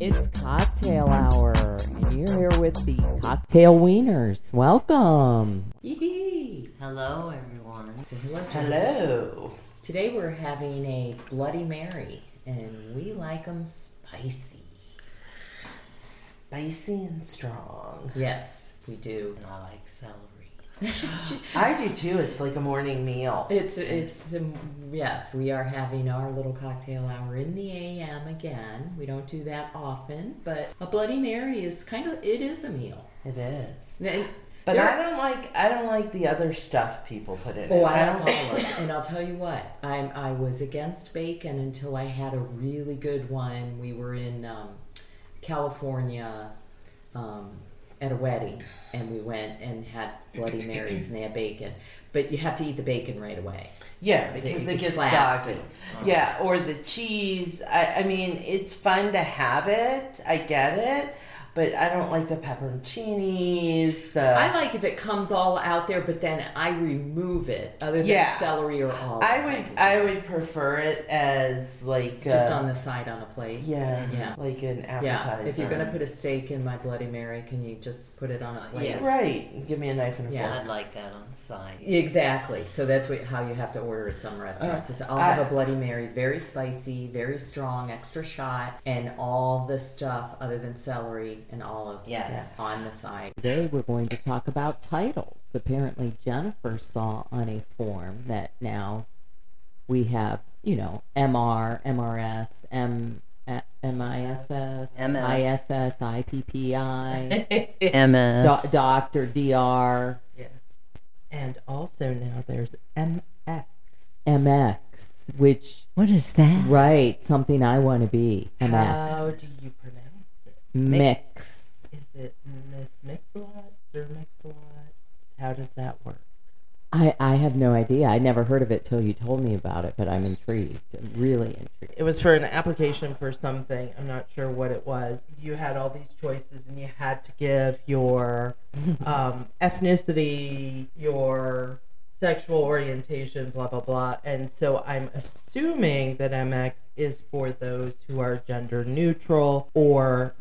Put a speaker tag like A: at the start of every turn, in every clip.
A: It's cocktail hour, and you're here with the cocktail wieners. Welcome. Yee-hee.
B: Hello, everyone.
A: Hello. Today we're having a Bloody Mary, and we like them spicy.
C: Spicy and strong.
A: Yes, we do.
B: And I like celery.
C: I do too. It's like a morning meal.
A: It's it's um, yes, we are having our little cocktail hour in the AM again. We don't do that often, but a Bloody Mary is kind of it is a meal.
C: It is.
A: They-
C: But
A: they're-
C: I don't like I don't like the other stuff people put in
A: Oh,
C: it.
A: I don't
C: don't
A: follow it. And I'll tell you what, I'm, I was against bacon until I had a really good one. We were in um, California um, at a wedding, and we went and had Bloody Marys, and they had bacon. But you have to eat the bacon right away.
C: Yeah, because
A: It's
C: it gets
A: classy.
C: soggy. Yeah, or the cheese. I, I mean, it's fun to have it. I get it. But I don't like the pepperoncinis, the
A: I like if it comes all out there, but then I remove it, other than
C: Yeah.
A: celery or olive.
C: I would I would prefer it as like
A: just
C: uh,
A: on the side on a plate.
C: yeah,
A: yeah.
C: like an
A: Yeah,
C: appetizer.
A: if you're gonna put a steak in my Bloody Mary, can you just put it on a plate?
B: Yeah.
C: right, give me a knife and a
A: Yeah.
C: fork.
B: I'd like that on the side.
A: Exactly. So that's what, how you have to order at some restaurants. is I'll have a Bloody Mary, very spicy, very strong, extra shot, and all the stuff other than celery and olive
B: Yes.
A: on the side. Today we're going to talk about titles. Apparently, Jennifer saw on a form that now we have, you know, MR, MRS, M. MISS,
B: MS.
A: ISS, IPPI,
B: MS.
A: do- Doctor, DR,
D: And also now there's MX.
A: MX, which
B: What is that?
A: Right, something I want to be. MX.
D: How do you pronounce it?
A: Mix.
D: Is it Miss Mix-a-Lot, Sir Mix-a-Lot? How does that work?
A: I, I have no idea. I never heard of it till you told me about it, but I'm intrigued. I'm really intrigued.
D: It was for an application for something. I'm not sure what it was. You had all these choices, and you had to give your um, ethnicity, your sexual orientation, blah blah blah. And so I'm assuming that MX is for those who are gender neutral or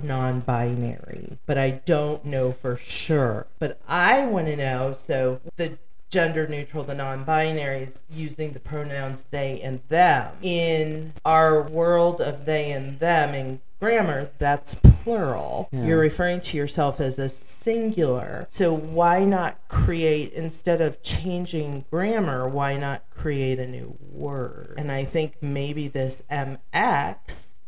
D: non-binary, but I don't know for sure. But I want to know. So the gender neutral, the non binaries, using the pronouns they and them. In our world of they and them in grammar, that's plural.
A: Yeah.
D: You're referring to yourself as a singular. So why not create, instead of changing grammar, why not create a new word? And I think maybe this MX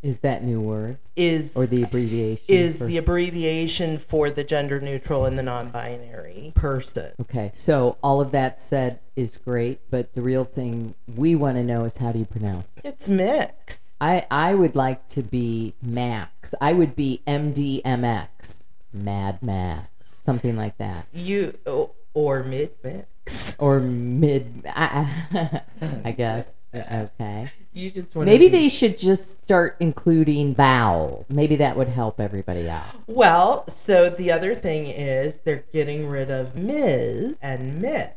A: Is that new word
D: is
A: or the abbreviation?
D: is
A: for-
D: the abbreviation for the gender neutral and the non-binary person.
A: Okay, so all of that said is great, but the real thing we want to know is how do you pronounce it?
D: It's mixed.
A: I, I would like to be Max. I would be MDMX, Mad Max, something like that.
D: you o- or mid mix.
A: Or mid, I, I guess. Okay.
D: You just want
A: Maybe they should just start including vowels. Maybe that would help everybody out.
D: Well, so the other thing is they're getting rid of Ms. and Miss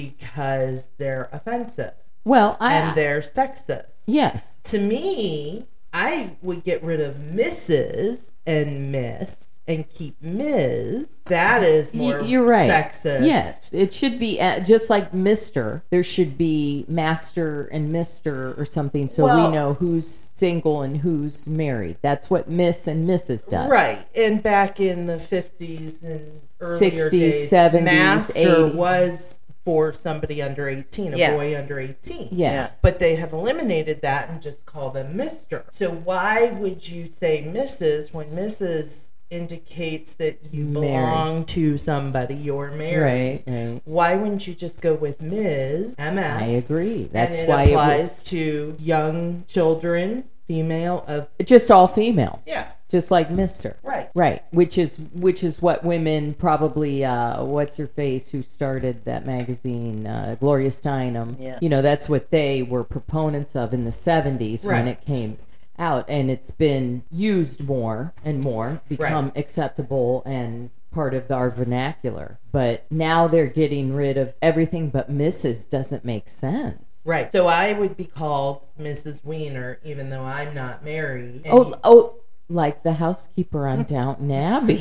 D: because they're offensive
A: Well, I
D: and they're sexist.
A: yes,
D: To me, I would get rid of Mrs. and Miss and keep Ms. That is
A: Y-
D: more
A: you're right.
D: sexist.
A: yes, it should be uh, just like Mister. There should be Master and Mister or something, so
D: Well-
A: we know who's single and who's married. That's what Miss and Mrs. does.
D: Right. And back in the 50s and earlier
A: 60s,
D: days,
A: 70s,
D: master
A: 80s.
D: was for somebody under 18, a
B: Yes.
D: boy under 18.
A: Yeah.
B: Yeah.
D: But they have eliminated that and just call them Mr. So why would you say Mrs. when Mrs. indicates that you
A: Married.
D: belong to somebody, you're married?
A: Right. Right.
D: Why wouldn't you just go with Ms. MS?
A: I agree. That's
D: and it
A: why it
D: applies
A: was
D: to young children, female of
A: just all females.
D: yeah,
A: Just like Mister.
D: right.
A: Right, which is which is what women probably uh, what's her face who started that magazine, uh, Gloria Steinem.
B: Yeah.
A: You know, that's what they were proponents of in the '70s when
D: Right.
A: it came out, and it's been used more and more, become acceptable and part of our vernacular. But now they're getting rid of everything but Mrs. Doesn't make sense.
D: Right. So I would be called Mrs. Wiener, even though I'm not married. And
A: Oh, oh, like the housekeeper on Downton Abbey.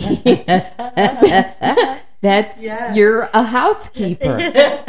A: That's
D: Yes.
A: you're a housekeeper.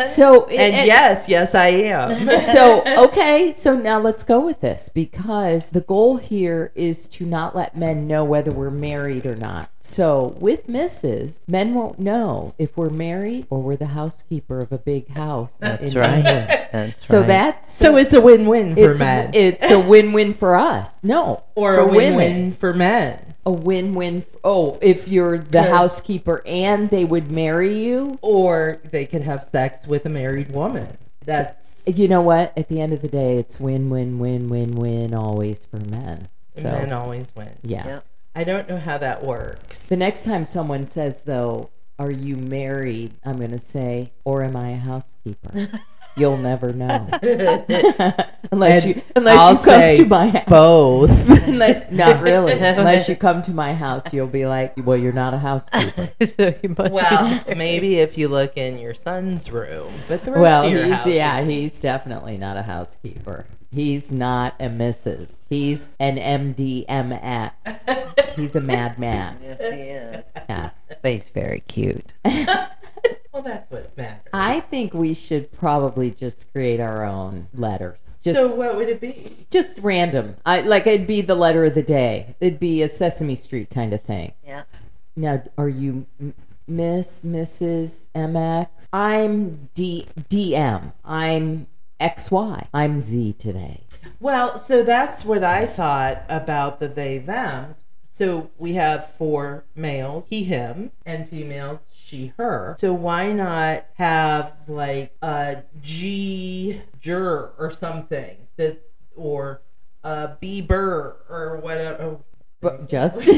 A: So
D: And yes, yes, I am.
A: so okay, so now let's go with this because the goal here is to not let men know whether we're married or not. So with Mrs., men won't know if we're married or we're the housekeeper of a big house.
B: That's
A: in
B: right.
A: England.
B: That's
A: So
B: right.
A: that's
D: so it's a win-win for
A: it's,
D: men,
A: it's a win-win for us. No,
D: or
A: for
D: a win-win
A: women.
D: for men,
A: A win-win. Oh, if you're the
D: Sure.
A: housekeeper and they would marry you,
D: or they could have sex with a married woman. That's
A: you know what? At the end of the day, it's win-win-win-win-win always for men. So
D: men always win.
A: yeah.
B: Yeah.
D: I don't know how that works.
A: The next time someone says though, "Are you married?" I'm going to say, "Or am I a housekeeper?" You'll never know unless
D: And
A: you unless
D: I'll
A: you come
D: say
A: to my house.
D: Both.
A: Unless- not really. Unless you come to my house, you'll be like, "Well, you're not a housekeeper."
B: so you must
D: well,
B: be
D: maybe if you look in your son's room, but the rest
A: well,
D: of your
A: he's
D: house
A: yeah,
D: is-
A: he's definitely not a housekeeper. He's not a Mrs. He's an MDMX. He's a Mad Max.
B: Yes, he is.
A: Yeah.
B: But he's very cute.
D: well, that's what matters.
A: I think we should probably just create our own letters. Just
D: so what would it be?
A: just random. I like it'd be the letter of the day. It'd be a Sesame Street kind of thing.
B: Yeah.
A: Now, are you M- Miss Mrs. MX? I'm D DM. I'm XY. I'm Z today.
D: Well, so that's what I thought about the they thems. So we have four males, he him, and females, she her. So why not have like a G jur or something that or a B burr or whatever.
A: But just we,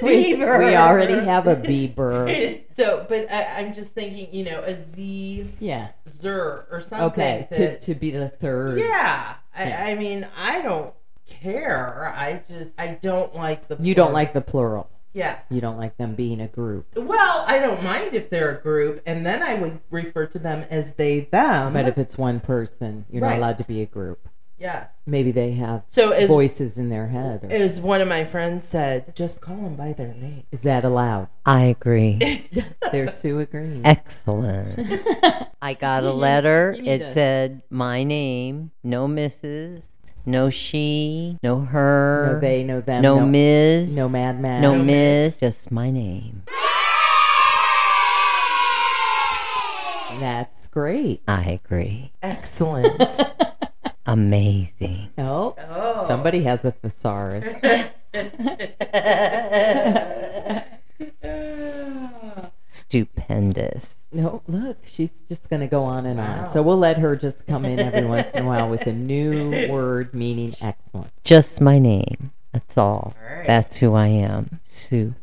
A: we
B: Beaver.
A: already have a Bieber.
D: so, but I, I'm just thinking, you know, a Z
A: Yeah.
D: zur or something.
A: Okay. To
D: that-
A: to be the third.
D: yeah.
A: Yeah.
D: I, I mean, I don't care. I just I don't like the
A: You don't
D: word-
A: like the plural.
D: yeah.
A: You don't like them being a group.
D: Well, I don't mind if they're a group, and then I would refer to them as they them.
A: But if it's one person, you're not
D: Right.
A: allowed to be a group.
D: yeah.
A: Maybe they have
D: So as
A: voices in their head. Or,
D: as one of my friends said, just call them by their name.
A: is that allowed?
B: I agree.
A: There's Sue agreeing.
B: Excellent. I got a letter.
A: you need
B: It
A: to-
B: said my name, no Mrs., no she, no her,
A: No they, no them.
B: no,
A: no
B: Ms.,
A: No Mad Max.
B: no
D: No
B: Miss, just my name.
A: That's great.
B: I agree.
D: Excellent.
B: Amazing.
A: Oh,
D: oh.
A: somebody has a thesaurus.
B: Stupendous.
A: No, look, she's just going to go on and
D: Wow.
A: on. So we'll let her just come in every once in a while with a new word meaning excellent.
B: Just my name. That's all.
D: All right.
B: That's who I am. Sue.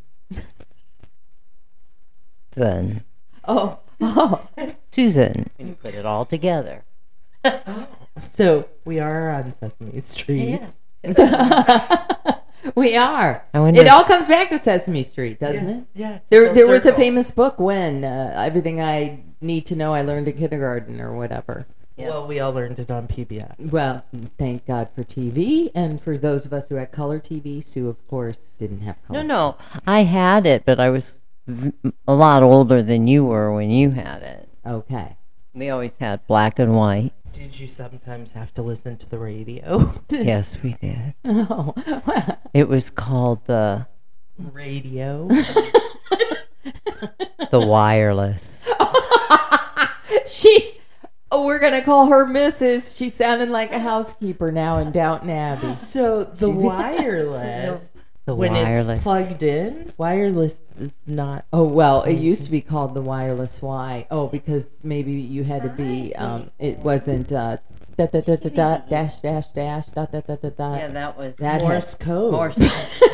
B: Susan.
A: Oh, oh,
B: Susan. When you put it all together.
D: So we are on Sesame Street.
A: we are.
B: Oh, I wonder.
A: It all comes back to Sesame Street, doesn't it?
D: Yeah.
A: There,
D: full
A: there was a
D: circle.
A: famous book when uh, everything I need to know I learned in kindergarten or whatever.
B: Yeah.
D: Well, we all learned it on PBS.
A: Well, thank God for TV, and for those of us who had color TV, Sue, of course, didn't have color.
B: no, no. I had it, but I was v- a lot older than you were when you had it.
A: Okay.
B: We always had black and white.
D: Did you sometimes have to listen to the radio?
B: Yes, we did.
A: Oh,
B: It was called the
D: radio.
B: the wireless.
A: she's. Oh, we're gonna call her Mrs. She's sounding like a housekeeper now in Downton Abbey.
D: So the
A: She's-
D: wireless,
B: The
D: when it's
B: wireless.
D: plugged in, wireless is not.
A: Oh well, it used to be called the Wireless Y. Oh, because maybe you had to be. Um, it wasn't. Uh, da da da da da dash dash dash dot dot dot dot
B: yeah,
A: dot.
B: that was
A: That had-
D: Morse code.
B: Morse.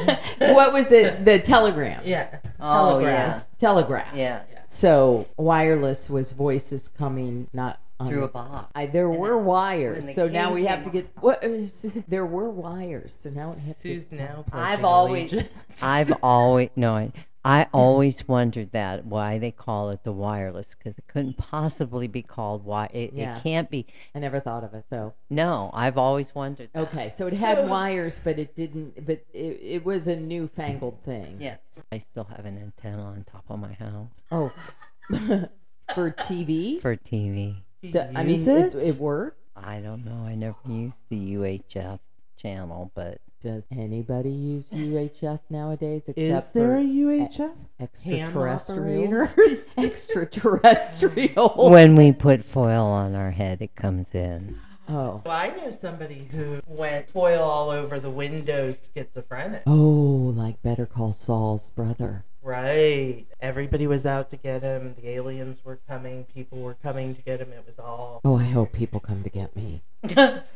A: what was it? The telegram.
D: Yeah.
B: oh yeah,
D: Telegraph.
A: Telegraph.
B: yeah.
A: So wireless was voices coming not on
B: Through a box.
A: I, there were wires,
B: the
A: so now
B: key
A: we have
B: came
A: to get. What, is- there were wires, so now it has to.
D: Sue's now.
B: I've
D: pledging
B: always-
D: allegiance.
B: I've always no. I, I always wondered that why they call it the wireless because it couldn't possibly be called wire. It,
A: Yeah.
B: it can't be.
A: I never thought of it. So
B: No, I've always wondered. That.
A: okay, so it had
D: So-
A: wires, but it didn't. But it, it was a newfangled thing.
B: Yes, I still have an antenna on top of my house
A: Oh, for TV.
B: for TV.
A: D- I mean,
D: Use
A: it,
D: it?
A: it worked.
B: I don't know. I never used the UHF channel, but
A: Does anybody use UHF nowadays except
D: Is there
A: for
D: a UHF?
A: extraterrestrials?
D: operator?
A: extraterrestrials.
B: when we put foil on our head, it comes in.
A: Oh.
D: So I know somebody who went foil all over the window schizophrenic.
A: Oh, like Better Call Saul's brother.
D: Right. Everybody was out to get him. The aliens were coming. People were coming to get him. It was all.
A: Oh, I hope people come to get me.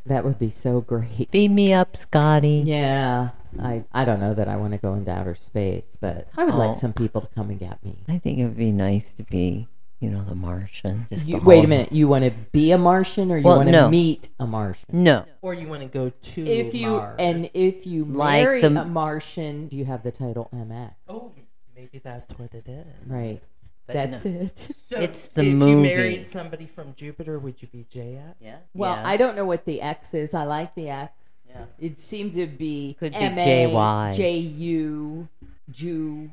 A: that would be so great.
B: Beam me up, Scotty.
A: Yeah, I, I don't know that I want to go into outer space, but I would like
B: Oh.
A: some people to come and get me.
B: I think it would be nice to be, you know, the Martian. Just
A: You,
B: to
A: wait
B: hold-
A: a minute, you want to be a Martian or you
B: Well,
A: want to
B: no.
A: meet a Martian?
B: No,
D: Or you want to go to
A: If you
D: Mars.
A: and if you
B: Like
A: marry
B: the-
A: a Martian, you have the title MX.
D: oh, maybe that's what it is.
A: Right.
B: but
A: That's
B: no.
A: it.
D: So
B: It's the
D: if you
B: movie.
D: married somebody from Jupiter, would you be JX?
B: Yeah.
A: Well,
B: Yes.
A: I don't know what the X is. I like the X.
D: Yeah.
A: It seems to be
B: Could be
A: M-A,
B: JY.
A: JU, Jew,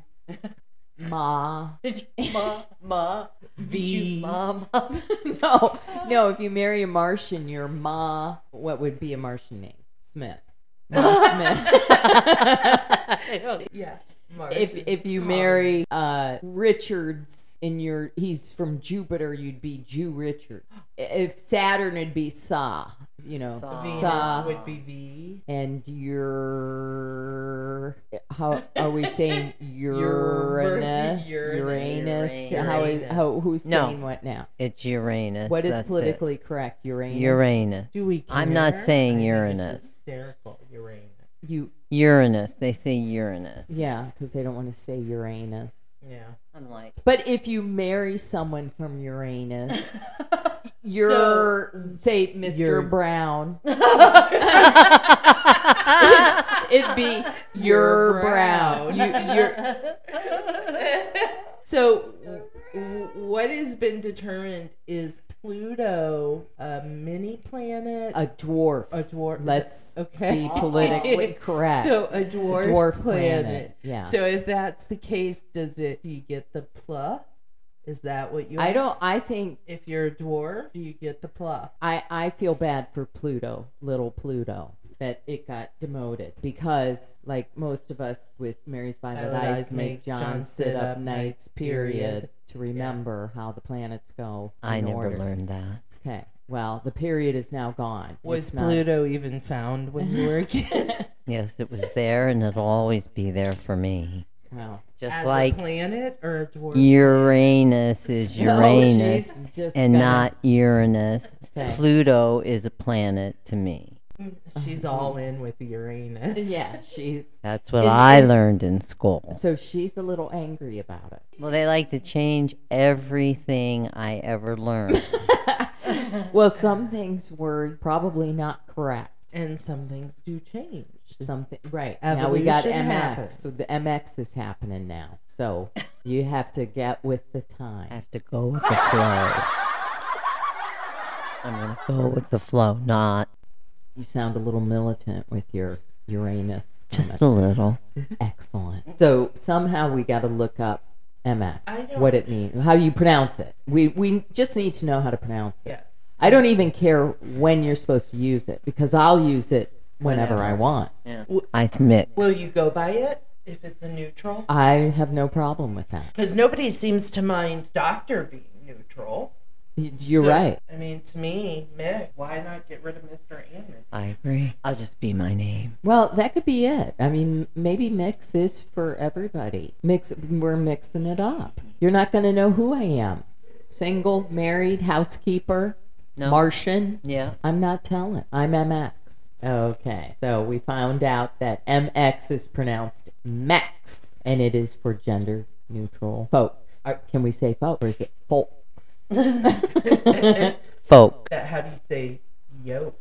A: Ma.
B: Ma, ma,
D: V.
B: mom.
A: no, no. If you marry a Martian, you're Ma. What would be a Martian name? Smith. Ma Smith.
D: Yeah.
A: if if you marry uh, Richards and you're he's from Jupiter, you'd be Jew Richard. If Saturn, it'd be Sa. You know,
B: Sa.
D: Venus
A: Sa.
D: would be V.
A: and your how are we saying Uranus?
D: Uranus.
A: Uranus.
B: Uranus.
A: How is how who's
B: No.
A: saying what now?
B: It's Uranus.
A: what is
B: that's it.
A: politically correct? Uranus.
B: Uranus.
D: Do we care?
B: I'm not saying
D: I think it's
B: Uranus.
D: Hysterical Uranus.
A: You
B: Uranus. They say Uranus.
A: yeah, because they don't want to say Uranus.
D: Yeah.
B: I'm like,
A: But if you marry someone from Uranus, you're say mister
D: You're-
A: Brown. It'd be your
D: You're
A: Brown.
D: Brown.
A: You, you're
D: So, w- what has been determined is Pluto a mini planet?
A: a dwarf.
D: A dwarf.
A: Let's
D: Okay.
A: be politically correct.
D: So a dwarf,
A: dwarf planet,
D: planet.
A: yeah.
D: So if that's the case, does it? Do you get the pla? Is that what you?
A: I don't. I think
D: If you're a dwarf, do you get the pla?
A: I. I feel bad for Pluto, little Pluto, that it got demoted because, like most of us with Mary's Violet
D: Violet
A: Eyes,
D: Eyes
A: make
D: makes
A: John sit up nights. Period.
D: period.
A: To remember how the planets go.
B: I
A: in
B: never
A: order.
B: learned that.
A: Okay. Well, the period is now gone.
D: Was
A: It's not-
D: Pluto even found when you were a kid?
B: Yes, it was there and it'll always be there for me.
A: Well,
B: Just
D: As
B: like
D: a planet or a dwarf?
B: Uranus is Uranus
A: No, Oh, she's just
B: and
A: gonna-
B: not Uranus.
A: Okay.
B: Pluto is a planet to me.
D: She's
A: Uh-huh.
D: all in with Uranus.
A: Yeah, she's.
B: That's what
A: And-
B: I
A: and-
B: learned in school.
A: So she's a little angry about it.
B: Well, they like to change everything I ever learned.
A: Well, some things were probably not correct.
D: And some things do change.
A: Something right now we got MX,
D: Evolution happens.
A: so the MX is happening now. So you have to get with the
B: I
A: time.
B: have to go with the flow. I'm gonna go with the flow, not
A: You sound a little militant with your Uranus.
B: just a
A: comments.
B: little.
A: excellent. So somehow we got to look up MX,
D: I don't-
A: what it means, how you pronounce it. We we just need to know how to pronounce it.
D: Yeah.
A: I don't even care when you're supposed to use it because I'll use it whenever I want.
B: I admit.
D: Will you go by it if it's a neutral?
A: I have no problem with that.
D: Because nobody seems to mind Doctor being neutral.
A: Y- You're
D: So,
A: right.
D: I mean, to me, Mick, why not get rid of Mr. Anderson?
B: I agree. I'll just be my name.
A: Well, that could be it. I mean, maybe mix is for everybody. Mix, we're mixing it up. You're not going to know who I am. Single, married, housekeeper,
B: No.
A: Martian.
B: Yeah.
A: I'm not telling. I'm MX. Okay, so we found out that MX is pronounced max, and it is for gender neutral folks. Uh, Can we say folks or is it folks?
B: Folk.
D: That how do you say yolk?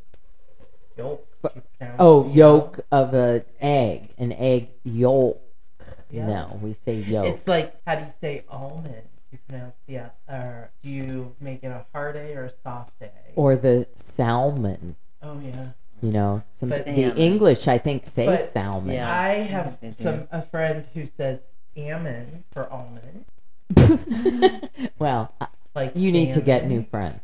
D: Yolk. you pronounce
A: Oh,
D: the
A: yolk of an egg, an egg yolk.
D: yolk. Yeah.
A: No, we say yolk.
D: It's like how do you say almond? You pronounce the uh, or do you make it a hard A or a soft A?
A: or the salmon.
D: oh yeah.
A: You know, some
D: But-
A: the
B: Salmon.
A: English I think say
D: But-
A: salmon.
B: Yeah.
D: I
B: I
D: have
B: think they do.
D: some a friend who says ammon for almond.
A: well, I-
D: Like
A: you need to get
D: salmon.
A: new friends.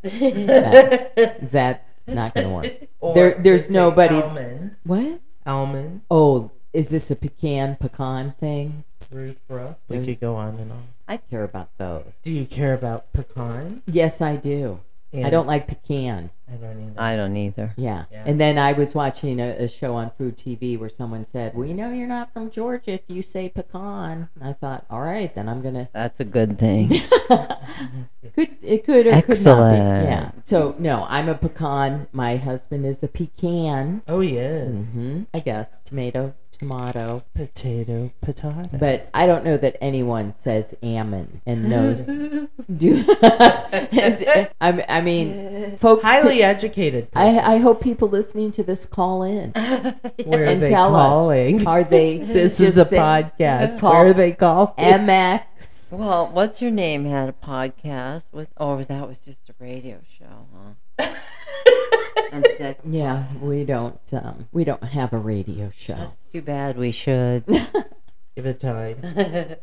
D: That's
A: That's not going to work. There- there's nobody-
D: Almond.
A: What?
D: Almond.
A: Oh, is this a pecan pecan thing?
D: Ruth Ruff. We
A: There's-
D: could go on and on.
A: I care about those.
D: Do you care about pecan?
A: Yes, I do. I
D: And-
A: don't like pecan.
D: I don't even.
B: I don't either.
A: Yeah.
D: Yeah.
A: And then I was watching a, a show on Food TV where someone said, "Well, you know, you're not from Georgia if you say pecan." And I thought, "All right, then I'm gonna."
B: That's a good thing.
A: could it could or could not be?
B: Excellent.
A: Yeah. So no, I'm a pecan. My husband is a pecan.
D: oh yes.
A: hmm I guess tomato, tomato.
D: Potato. Potato.
A: But I don't know that anyone says ammon and knows. do I, I mean, folks.
D: Highly educated.
A: I, I hope people listening to this call in.
D: Where are
A: and
D: they
A: tell us.
D: calling?
A: Are they?
D: This
A: just
D: is a
A: saying
D: podcast.
A: call-
D: Where are they calling?
A: MX.
B: well, what's your name had a podcast with? Oh, that was just a radio show, huh? I'm sick.
A: Yeah, we don't. Um, we don't have a radio show.
B: That's too bad. We should.
D: Give it time. I'm,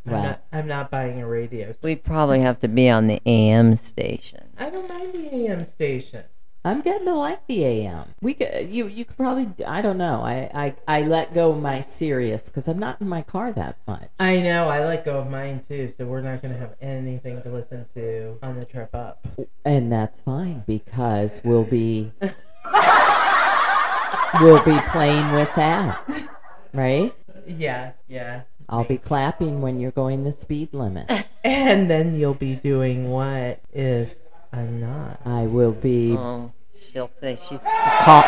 A: Well,
D: not, I'm not buying a radio.
B: we probably have to be on the AM station.
D: I don't mind the AM station.
A: I'm getting to like the AM. We could, you you could probably. I don't know. I I, I let go of my serious because I'm not in my car that much.
D: I know. I let go of mine too, so we're not going to have anything to listen to on the trip up.
A: And that's fine because we'll be we'll be playing with that, right?
D: Yes, yes.
A: I'll be clapping when you're going the speed limit.
D: And then you'll be doing what if I'm not?
A: I will be.
B: Oh, she'll say she's call.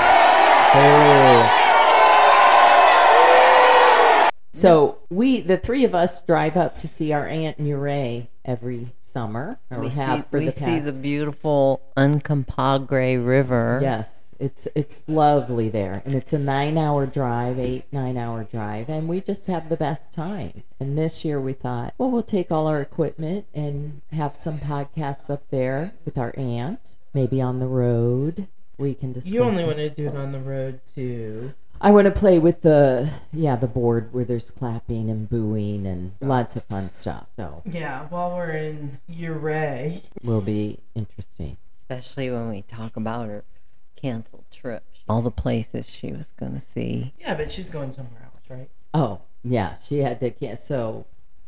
A: Oh. So we, the three of us, drive up to see our aunt Murray every summer, or
B: We see,
A: have for
B: we
A: the
B: see
A: past.
B: the beautiful Uncompahgre River.
A: Yes, it's it's lovely there, and it's a nine-hour drive, eight nine-hour drive, and we just have the best time. And this year we thought, well, we'll take all our equipment and have some podcasts up there with our aunt, maybe on the road. We can discuss.
D: You only
A: it.
D: want to do it on the road to
A: I want to play with the yeah the board where there's clapping and booing and lots of fun stuff. So
D: yeah. While we're in Uray,
A: will be interesting.
B: especially when we talk about her canceled trip. All the places she was going to see.
D: yeah, but she's going somewhere else, right?
A: Oh yeah, she had to yeah, so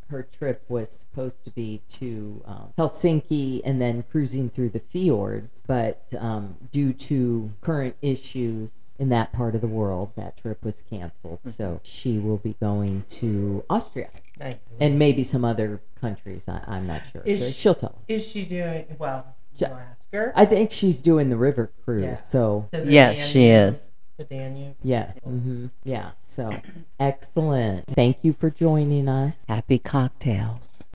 A: her trip was supposed to be to um, Helsinki and then cruising through the fjords, but um, due to current issues. In that part of the world, that trip was canceled.
D: Hmm.
A: So she will be going to Austria
D: Like,
A: and maybe some other countries. I, I'm not sure.
D: Is
A: So
D: she-
A: she'll tell us.
D: is she doing well?
A: Ju-
D: We'll ask her.
A: I think she's doing the river cruise.
D: Yeah.
A: So
D: So the
B: Yes, she
D: Danube-
B: is.
D: The Danube.
A: yeah, hmm yeah. So excellent. Thank you for joining us.
B: Happy cocktails.